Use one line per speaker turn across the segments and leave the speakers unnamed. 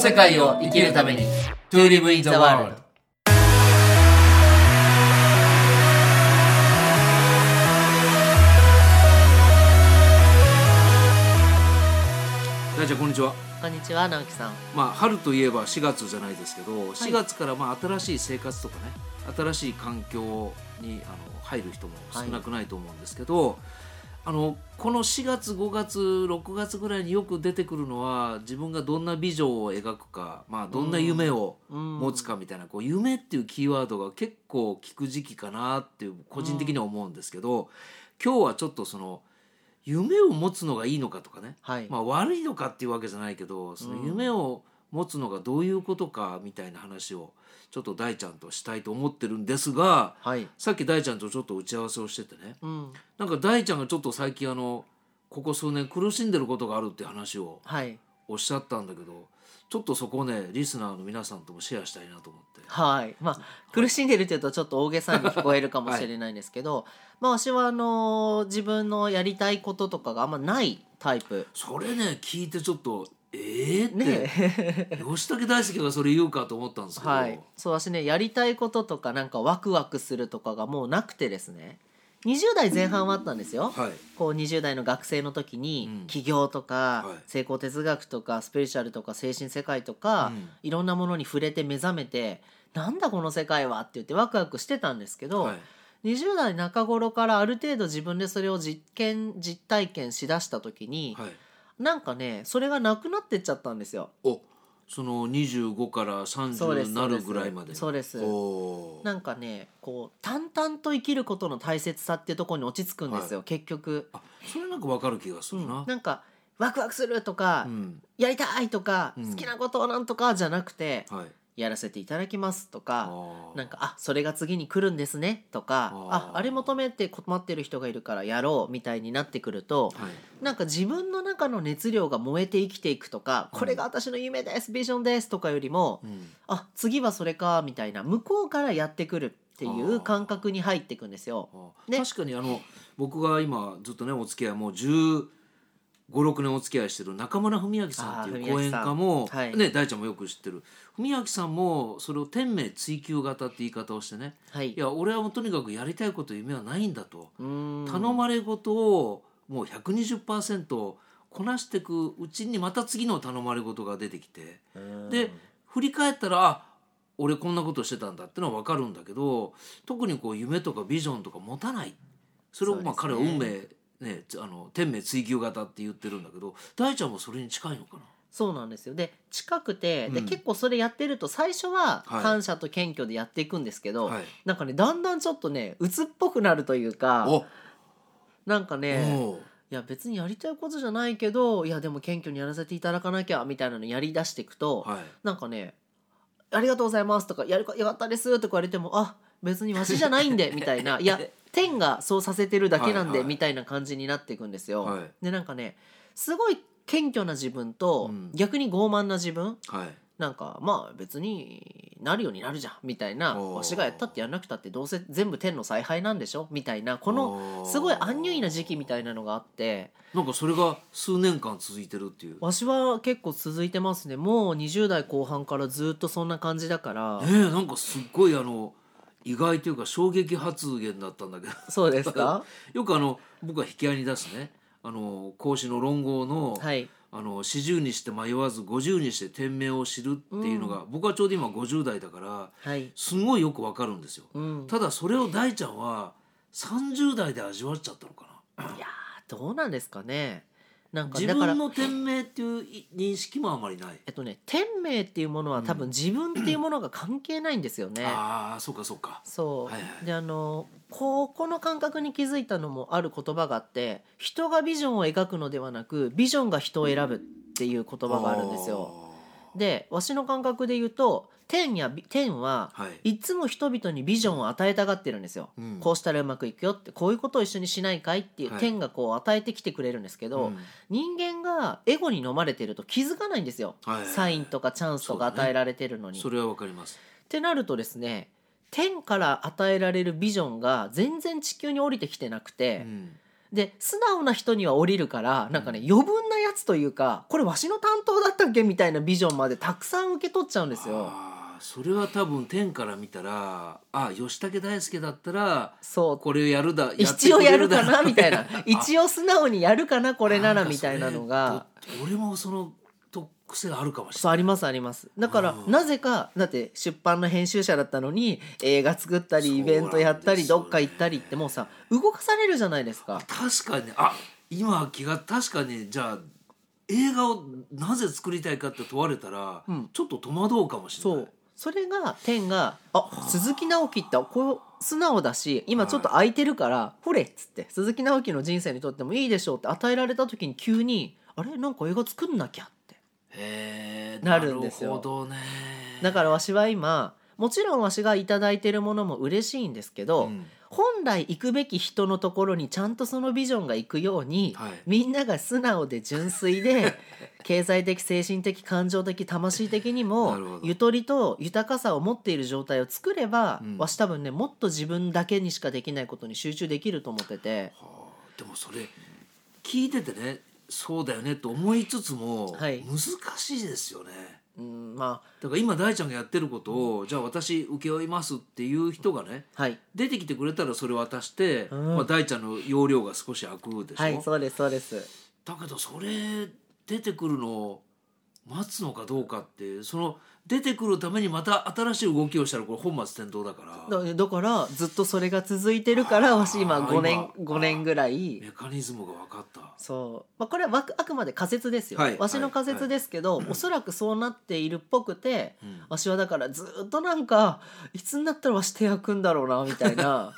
世界を生きるために To live in the world
大ちゃんこんにちは
こんにちは直樹さん
まあ春といえば4月じゃないですけど、4月からまあ新しい生活とかね新しい環境にあの入る人も少なくないと思うんですけど、あのこの4月5月6月ぐらいによく出てくるのは自分がどんなビジョンを描くか、まあ、どんな夢を持つかみたいな、こう夢っていうキーワードが結構効く時期かなっていう個人的には思うんですけど、今日はちょっとその夢を持つのがいいのかとかね、
はい、
まあ、悪いのかっていうわけじゃないけどその夢を持つのがどういうことかみたいな話をちょっと大ちゃんとしたいと思ってるんですが
はい
さっき大ちゃんとちょっと打ち合わせをしててね
うん
なんか大ちゃんがちょっと最近あのここ数年苦しんでることがあるって話を
はい
おっしゃったんだけどちょっとそこをねリスナーの皆さんともシェアしたいなと思って。
はいまあ苦しんでるっていうとちょっと大げさに聞こえるかもしれないんですけど、 まあ私はあのー自分のやりたいこととかがあんまないタイプ
それね聞いてちょっとええって、
ね
吉武大輔がそれ言うかと思ったんですけど、
はい そう私ねやりたいこととかなんかワクワクするとかがもうなくてですね20代前半はあったんですよ、
はい
こう20代の学生の時に
うん
起業とか
はい
成功哲学とかスピリチュアルとか精神世界とか
うん
いろんなものに触れて目覚めてなんだこの世界はって言ってワクワクしてたんですけど
はい
20代中頃からある程度自分でそれを実験実体験しだした時に
はい、
なんかねそれがなくなってっちゃったんですよ。
おその25から
そうで
30
す
になるぐらいまで
そうです
おー
なんかねこう淡々と生きることの大切さっていうところに落ち着くんですよ、結局。
あそれなんかわかる気がするな、
なんかワクワクするとか、
うん
やりたいとか、
うん
好きなことをなんとかじゃなくて、
はい
やらせていただきますと
あ
か
ー
なんかあそれが次に来るんですねとか
あ
あ
ー
あれ求めて困ってる人がいるからやろうみたいになってくると
はい
なんか自分の中の熱量が燃えて生きていくとか、
うん
これが私の夢ですビジョンですとかよりも
うん
あ次はそれかみたいな向こうからやってくるっていう感覚に入っていくんですよ。
あー
ね
確かにあの僕が今ずっとねお付き合いもう1 5 6年お付き合いしてる中村文明さんっていう
あー
講
文明
演
さん
家も、
はい
ね、大ちゃんもよく知ってる文明さんもそれを天命追求型って言い方をしてね
はい
いや俺はもうとにかくやりたいこと夢はないんだと、
うーん
頼まれ事をもう120%こなしていくうちにまた次の頼まれ事が出てきてで振り返ったらあ俺こんなことしてたんだってのは分かるんだけど特にこう夢とかビジョンとか持たないそれをまあ
そう
彼
で
は
すね
運命ねつあの天命追求型って言ってるんだけど大ちゃんもそれに近いのかな
そうなんですよで近くて、
う
で
ん
結構それやってると最初は
はい
感謝と謙虚でやっていくんですけど、
はい
なんかねだんだんちょっとね鬱っぽくなるというか
お
なんかね
おう
いや別にやりたいことじゃないけどいやでも謙虚にやらせていただかなきゃみたいなのやりだしていくと、
はい
なんかね「ありがとうございます」とか「やるかよかったです」とか言われても「あ別にわしじゃないんで」みたいな「いや天がそうさせてるだけなん
はい
で」
はい
みたいな感じになっていくんですよ。
はい
でなんかねすごい謙虚な自分と、
うん
逆に傲慢な自分
はい
なんかまあ別になるようになるじゃんみたいな
おー
わしがやったってやんなくたってどうせ全部天の采配なんでしょみたいなこのすごいアンニュイな時期みたいなのがあって
なんかそれが数年間続いてるっていう
わしは結構続いてますねもう20代後半からずっとそんな感じだから
ねえなんかすっごいあの意外というか衝撃発言だったんだけど
そうですか
よくあの僕が引き合いに出すねあの孔子の論語の「
はい
あの40にして迷わず50にして天命を知る」っていうのが、僕はちょうど今50代だから
はい
すごいよくわかるんですよ。
うん
ただそれを大ちゃんは30代で味わっちゃったのかな。
いやーどうなんですかねなんか
自
だから
分の天命っていうい認識もあまりない。
えっとね天命っていうものは多分自分っていうものが関係ないんですよね、
ああそうかそうか。
そう、
はいはい
であのここの感覚に気づいたのもある言葉があって人がビジョンを描くのではなくビジョンが人を選ぶっていう言葉があるんですよ。でわしの感覚で言うと天やび天は
あー。はい。
いつも人々にビジョンを与えたがってるんですよ。
うん
こうしたらうまくいくよってこういうことを一緒にしないかいっていう、
はい
天がこう与えてきてくれるんですけど、
うん
人間がエゴに飲まれてると気づかないんですよ、
はい
サインとかチャンスとか
そうだね
与えられてるのに。
それはわかります。
ってなるとですね天から与えられるビジョンが全然地球に降りてきてなくて、で素直な人には降りるからなんかね余分なやつというかこれわしの担当だったっけみたいなビジョンまでたくさん受け取っちゃうんですよ。
あーそれは多分天から見たらあ吉武大輔だったら
そう
これをやるだ
一応やるかなみたい な
応
一応素直にやるかなこれならみたいなのが
俺もそのと癖があるかもしれ
そう
ない
ありますありますだから
うん
なぜかだって出版の編集者だったのに映画作った
そう
り
な
イ
んです
ベ
よね
ントやったりどっか行ったりってもうさ動かされるじゃないですか
確かにあ今気が確かにじゃあ映画をなぜ作りたいかって問われたら、
うん
ちょっと戸惑うかもしれ
そ
ないう
それが天が「あ鈴木直樹ってこう素直だし今ちょっと空いてるからほれ」っつって鈴木直樹の人生にとってもいいでしょうって与えられた時に急に「あれなんか映画作んなきゃ」って
へえ
なるんですよ
なるほどね
だからわしは今もちろんわしが頂いただいてるものも嬉しいんですけど、
うん
本来行くべき人のところにちゃんとそのビジョンが行くように、
はい
みんなが素直で純粋 で経済的精神的感情的魂的に
なるほ
も
ど
ゆとりと豊かさを持っている状態を作れば、
うん
わし多分ねもっと自分だけにしかできないことに集中できると思ってて。
はあでもそれ聞いててねそうだよねと思いつつも、
はい
難しいですよね
うんま
だから今大ちゃんがやってることをじゃあ私請け負いますっていう人がね
あはい
出てきてくれたらそれ渡して、
うん
まあ、大ちゃんの容量が少し空くでしょ、
はいそうですそうです
だけどそれ出てくるのを待つのかどうかってその出てくるためにまた新しい動きをしたらこれ本末転倒だから
だだからずっとそれが続いてるからわし今
あー
5年
今
5年ぐらい
メカニズムが分かった。
そう、まあ、これはわくあくまで仮説ですよ、
はい
わしの仮説ですけど、おそらくそうなっているっぽくて
うん
わしはだからずっとなんかいつになったらわし手焼くんだろうなみたい な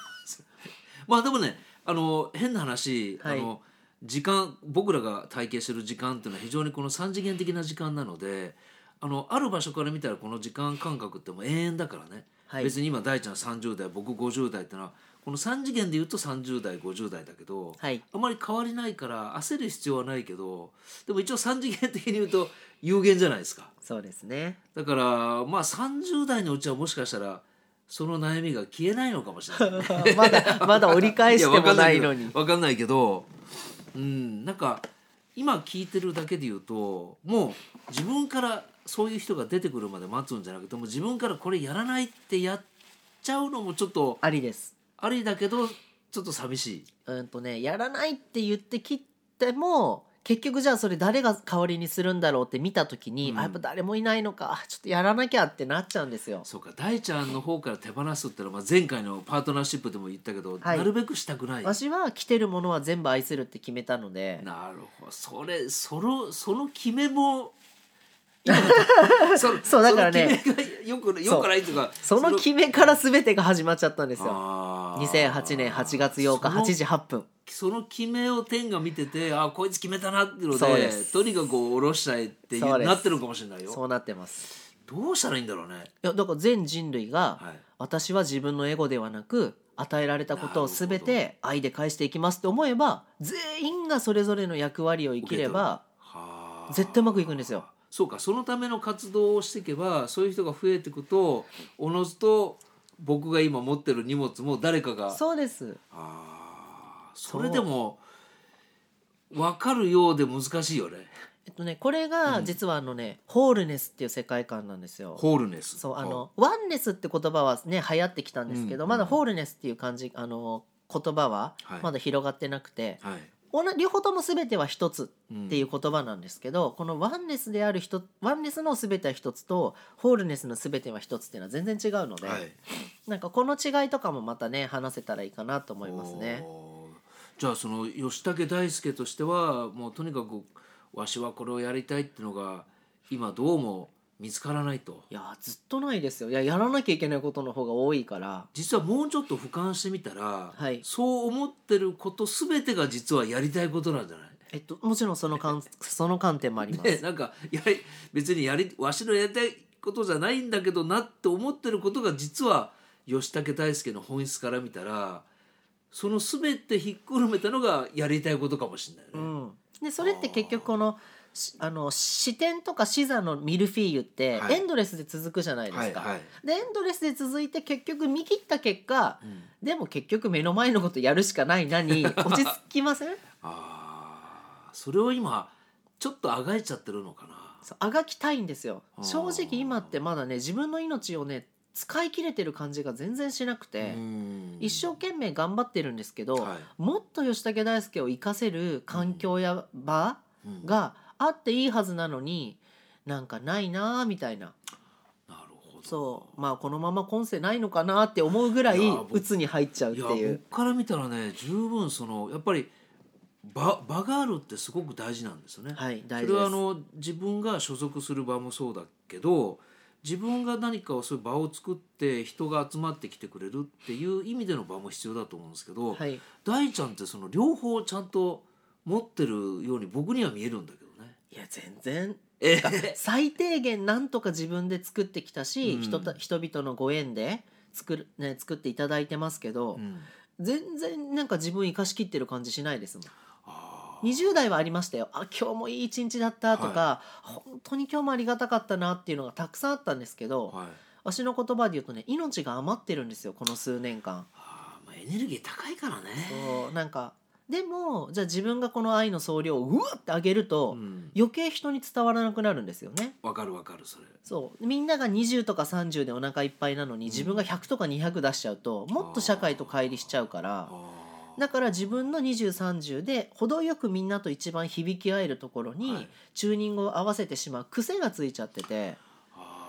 まあでもねあの変な話、
はい
あの時間僕らが体験してる時間っていうのは非常にこの三次元的な時間なのであのある場所から見たらこの時間感覚ってもう永遠だからね、
はい
別に今大ちゃん30代僕50代ってのはこの3次元で言うと30代50代だけど、
はい
あまり変わりないから焦る必要はないけどでも一応3次元的に言うと有限じゃないですか。
そうですね
だからまあ30代のうちはもしかしたらその悩みが消えないのかもしれない。
まだまだ折り返してもないのに
やわかんないけどわかんないけどうんなんか今聞いてるだけで言うともう自分からそういう人が出てくるまで待つんじゃなくてもう自分からこれやらないってやっちゃうのもちょっと
ありです
ありだけどちょっと寂しい。
うんとねやらないって言って切っても結局じゃあそれ誰が代わりにするんだろうって見た時に、
うん
あやっぱ誰もいないのかちょっとやらなきゃってなっちゃうんですよ
そうか大ちゃんの方から手放すってのは、まあ、前回のパートナーシップでも言ったけど、
はい
なるべくしたくない。
わしは着てるものは全部愛するって決めたので
なるほどそれそのその決めも その
そうだからね
その決めがよくよくないというか
その
決
決めから全てが始まっちゃったんです
め
よ2008年8月8日8時8分
その決めを天が見ててあこいつ決めたなっていうの
そう
で
です
とにかく下ろしたいっていう
そうです
なってるかもしれない
そ
よ
うなってます
どうしたらいいんだろうね
いやだから全人類が、
はい
私は自分のエゴではなく与えられたことを全
なる
て愛で返していきますって思えば全員がそれぞれの役割を生きれば
はあ
絶対うまくいくんですよ
そうかそのための活動をしていけばそういう人が増えていくとおのずと僕が今持ってる荷物も誰かが
そうです
あー
そ
そうれでも分かるようで難しいよね
えっとねこれが実はあのね、ホールネスっていう世界観なんですよ
ホールネス
そうあのワンネスって言葉はね流行ってきたんですけど、
うん
まだホールネスっていう感じあの言葉は
はい
まだ広がってなくて、
はい、
同じ両方とも全ては一つっ
ん
ていう言葉なんですけど、このワンネスである一つワンネスの全ては一つとホールネスの全ては一つっていうのは全然違うので、
はい
なんかこの違いとかもまたね話せたらいいかなと思いますね。
おーじゃあその吉武大輔としてはもうとにかくわしはこれをやりたいっていうのが今どうも見つからないと
いやーずっとないですよいややらなきゃいけないことの方が多いから
実はもうちょっと俯瞰してみたら、
はい
そう思ってること全てが実はやりたいことなんじゃない
えっともちろんその観 その観点もあります。
ね、なんかやり別にやりわしのやりたいことじゃないんだけどなって思ってることが実は吉武大輔の本質から見たらその全てひっくるめたのがやりたいことかもしれないうよね。
ん、でそれって結局このしあの視点とか視座のミルフィーユって
はい
エンドレスで続くじゃないですか。
はいはい
でエンドレスで続いて結局見切った結果
うん
でも結局目の前のことやるしかないな に落ち着きません
あーそれを今ちょっとあがいちゃってるのかな
そうあがきたいんですよ
あー
正直今ってまだね自分の命をね使い切れてる感じが全然しなくて、
うん
一生懸命頑張ってるんですけど、
はい
もっと吉武大輔を活かせる環境や場
うん
があっていいはずなのになんかないなーみたいな
なるほど
そうまあこのまま今世ないのかなって思うぐらい
いやー僕
鬱に入っちゃうって
や
いう
僕から見たらね十分そのやっぱり場場があるってすごく大事なんですよね。
はい
そ
大
れ
事
は
で
あ
す
の自分が所属する場もそうだけど自分が何かをそういう場を作って人が集まってきてくれるっていう意味での場も必要だと思うんですけど、
はい
大ちゃんってその両方ちゃんと持ってるように僕には見えるんだけどね。
いや全然
え
最低限なんとか自分で作ってきたし、
うん
人た人々のご縁で作る、ね、作っていただいてますけど、全然なんか自分生かしきってる感じしないですもん。
あー
20代はありましたよあ今日もいい一日だったとか、本当に今日もありがたかったなっていうのがたくさんあったんですけど、
はい
私の言葉で言うとね命が余ってるんですよこの数年間。
あーまあ、エネルギー高いからね。
そうなんかでもじゃあ自分がこの愛の総量をうわって上げると、
うん
余計人に伝わらなくなるんですよね。
わかるわかるそれ。
そうみんなが20とか30でお腹いっぱいなのに自分が100とか200出しちゃうともっと社会と乖離しちゃうから
あー
だから自分の2030で程よくみんなと一番響き合えるところ
は
に
い
チューニングを合わせてしまう癖がついちゃってて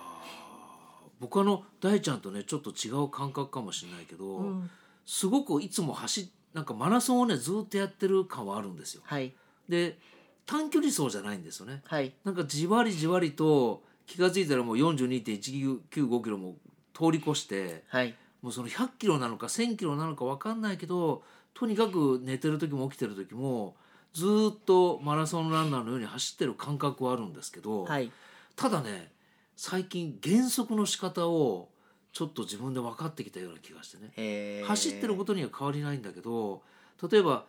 あー僕あの大ちゃんとねちょっと違う感覚かもしれないけど、
うん
すごくいつも走なんかマラソンをねずっとやってる感はあるんですよ。
はい
で短距離走じゃないんですよね。
はい
なんかじわりじわりと気が付いたらもう42.195キロも通り越して
はい
もうその100キロなのか1000キロなのか分かんないけどとにかく寝てる時も起きてる時もずーっとマラソンランナーのように走ってる感覚はあるんですけど、
はい
ただね最近減速の仕方をちょっと自分で分かってきたような気がしてね
へー
走ってることには変わりないんだけど例えば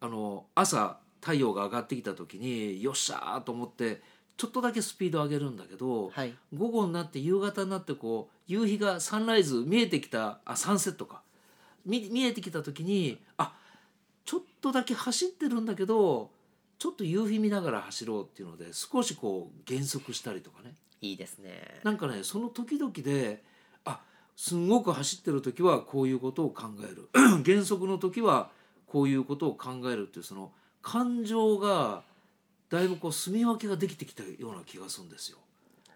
あの朝太陽が上がってきた時によっしゃーと思ってちょっとだけスピード上げるんだけど、
はい
午後になって夕方になってこう夕日がサンライズ見えてきたあサンセットか見見えてきた時にあちょっとだけ走ってるんだけどちょっと夕日見ながら走ろうっていうので少しこう減速したりとかね
いいですね
なんかねその時々であすんごく走ってる時はこういうことを考える 減速の時はこういうことを考えるっていうその感情がだいぶこう住み分けができてきたような気がするんですよ。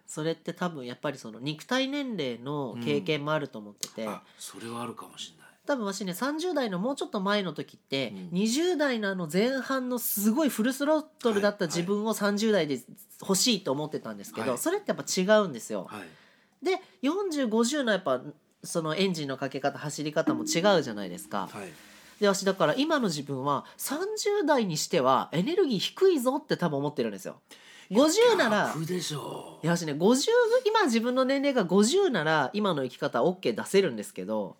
それって多分やっぱりその肉体年齢の経験もあると思ってて、
あそれはあるかもしれない。
多分私ね30代のもうちょっと前の時って、
うん
20代のあの前半のすごいフルスロットルだった自分を30代で欲しいと思ってたんですけど、
はい
それってやっぱ違うんですよ。
はい、
で4050のやっぱそのエンジンのかけ方走り方も違うじゃないですか。
はい、
で私だから今の自分は30代にしてはエネルギー低いぞって多分思ってるんですよ。50なら
楽でしょ
いや私ね50今自分の年齢が50なら今の生き方 OK 出せるんですけど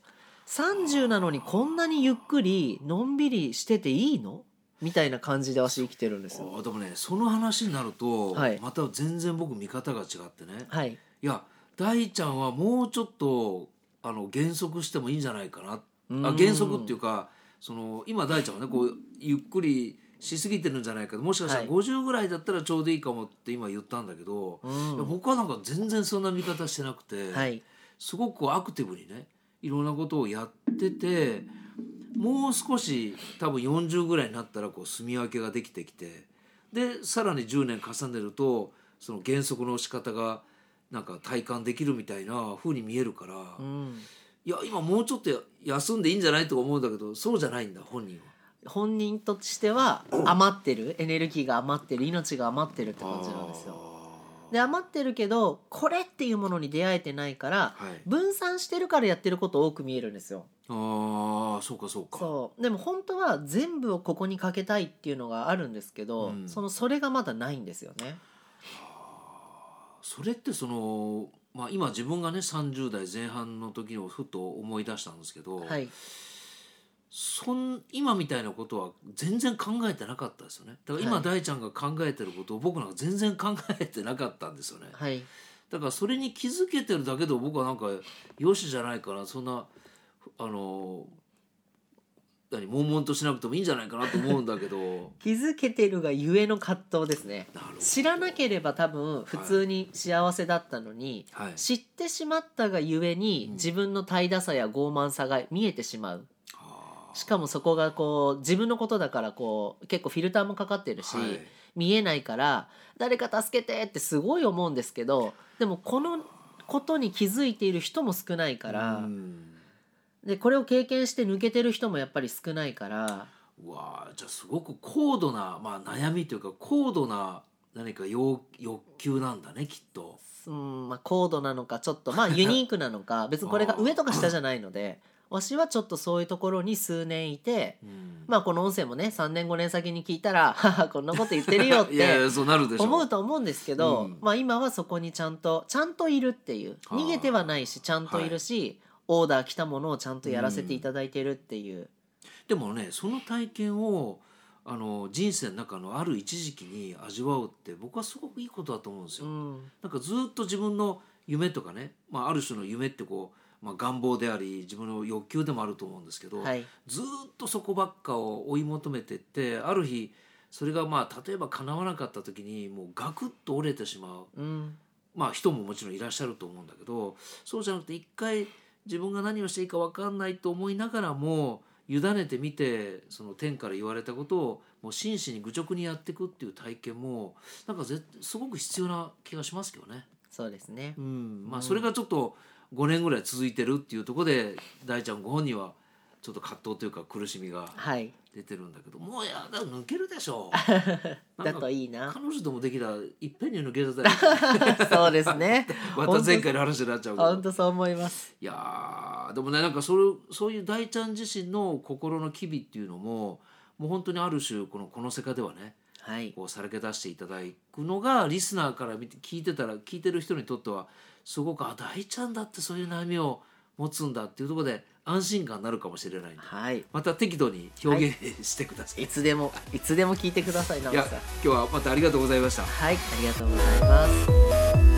30なのにこんなにゆっくりのんびりしてていいのみたいな感じで私生きてるんですよ。
あでもねその話になると、
はい
また全然僕見方が違ってね、い、
はい、
や大ちゃんはもうちょっとあの減速してもいいんじゃないかな
うん
あ減速っていうかその今大ちゃんはねこうゆっくりしすぎてるんじゃないかもしかした
は
ら
い
50ぐらいだったらちょうどいいかもって今言ったんだけど、
う
いや
ん
僕はなんか全然そんな見方してなくて、
はい、
すごくアクティブにねいろんなことをやっててもう少し多分40ぐらいになったらこう住み分けができてきてでさらに10年重ねるとその減速の仕方がなんか体感できるみたいな風に見えるから、
うん、
いや今もうちょっと休んでいいんじゃないとか思うんだけどそうじゃないんだ本人は。
本人としては余ってるエネルギーが余ってる命が余ってるって感じなんですよ。で余ってるけどこれっていうものに出会えてないから
はい、
分散してるからやってること多く見えるんですよ。
ああそうかそうか。
そうでも本当は全部をここにかけたいっていうのがあるんですけど、
うん
そのそれがまだないんですよね。
それってその、まあ、今自分がね30代前半の時をふと思い出したんですけど、
はい、
そん今みたいなことは全然考えてなかったですよねだから今、
はい
大ちゃんが考えてることを僕なんか全然考えてなかったんですよね
はい
だからそれに気づけてるだけでも僕はなんかよしじゃないかなそんなあの何悶々としなくてもいいんじゃないかなと思うんだけど
気づけてるがゆえの葛藤ですね
なるほど
知らなければ多分普通に幸せだったのに、
はい
知ってしまったがゆえに
うん
自分の怠惰さや傲慢さが見えてしまう
あー
しかもそこがこう自分のことだからこう結構フィルターもかかってるし、
はい
見えないから誰か助けてってすごい思うんですけどでもこのことに気づいている人も少ないから、
うん
でこれを経験して抜けてる人もやっぱり少ないから
うわあじゃあすごく高度な、まあ、悩みというか高度な何か要欲求なんだねきっと。
うん、まあ、高度なのかちょっ とまあユニークなのか別にこれが上とか下じゃないのでわしはちょっとそういうところに数年いて。
うん
まあこの音声もね3年5年先に聞いたら「 ははこんなこと言ってるよ」っ
いやい
て
やそうなるでしょ
思うと思うんですけど、
うん
まあ今はそこにちゃんとちゃんといるっていう
はあ
逃げてはないしちゃんといるし、オーダー来たものをちゃんとやらせていただいてるっていう、
でもねその体験をあの人生の中のある一時期に味わうって僕はすごくいいことだと思うんです
う
よ。
ん
なんかずっと自分の夢とかね、まあ、ある種の夢ってこう、まあ、願望であり自分の欲求でもあると思うんですけど、
はい
ずーっとそこばっかを追い求めてってある日それがまあ例えば叶わなかった時にもうガクッと折れてしまう、
うん
まあ、人ももちろんいらっしゃると思うんだけどそうじゃなくて一回自分が何をしていいか分かんないと思いながらも委ねてみてその天から言われたことをもう真摯に愚直にやっていくっていう体験もなんかぜすごく必要な気がしますけどね。
そうですね
うん
う
まあ、
ん
それがちょっと5年ぐらい続いてるっていうところで大ちゃんご本人はちょっと葛藤というか苦しみが
はい
出てるんだけどもうやだ抜けるでしょ
だと
い
いいな
彼女ともできたらいっぺんに抜けてたら
そうです ね
また前回の話になっちゃうけ
本
ど
当そう思います
いやーでもねなんかそうそういう大ちゃん自身の心の機微っていうのももう本当にある種このこの世界ではね
はい
こうさらけ出していただくのがリスナーから見て聞いてたら聞いてる人にとってはすごくあ大ちゃんだってそういう悩みを持つんだっていうところで安心感になるかもしれないんで
はい
また適度に表現、してください。
いつでもいつでも聞いてください直
いや
さん
今日はまたありがとうございました。
はいありがとうございます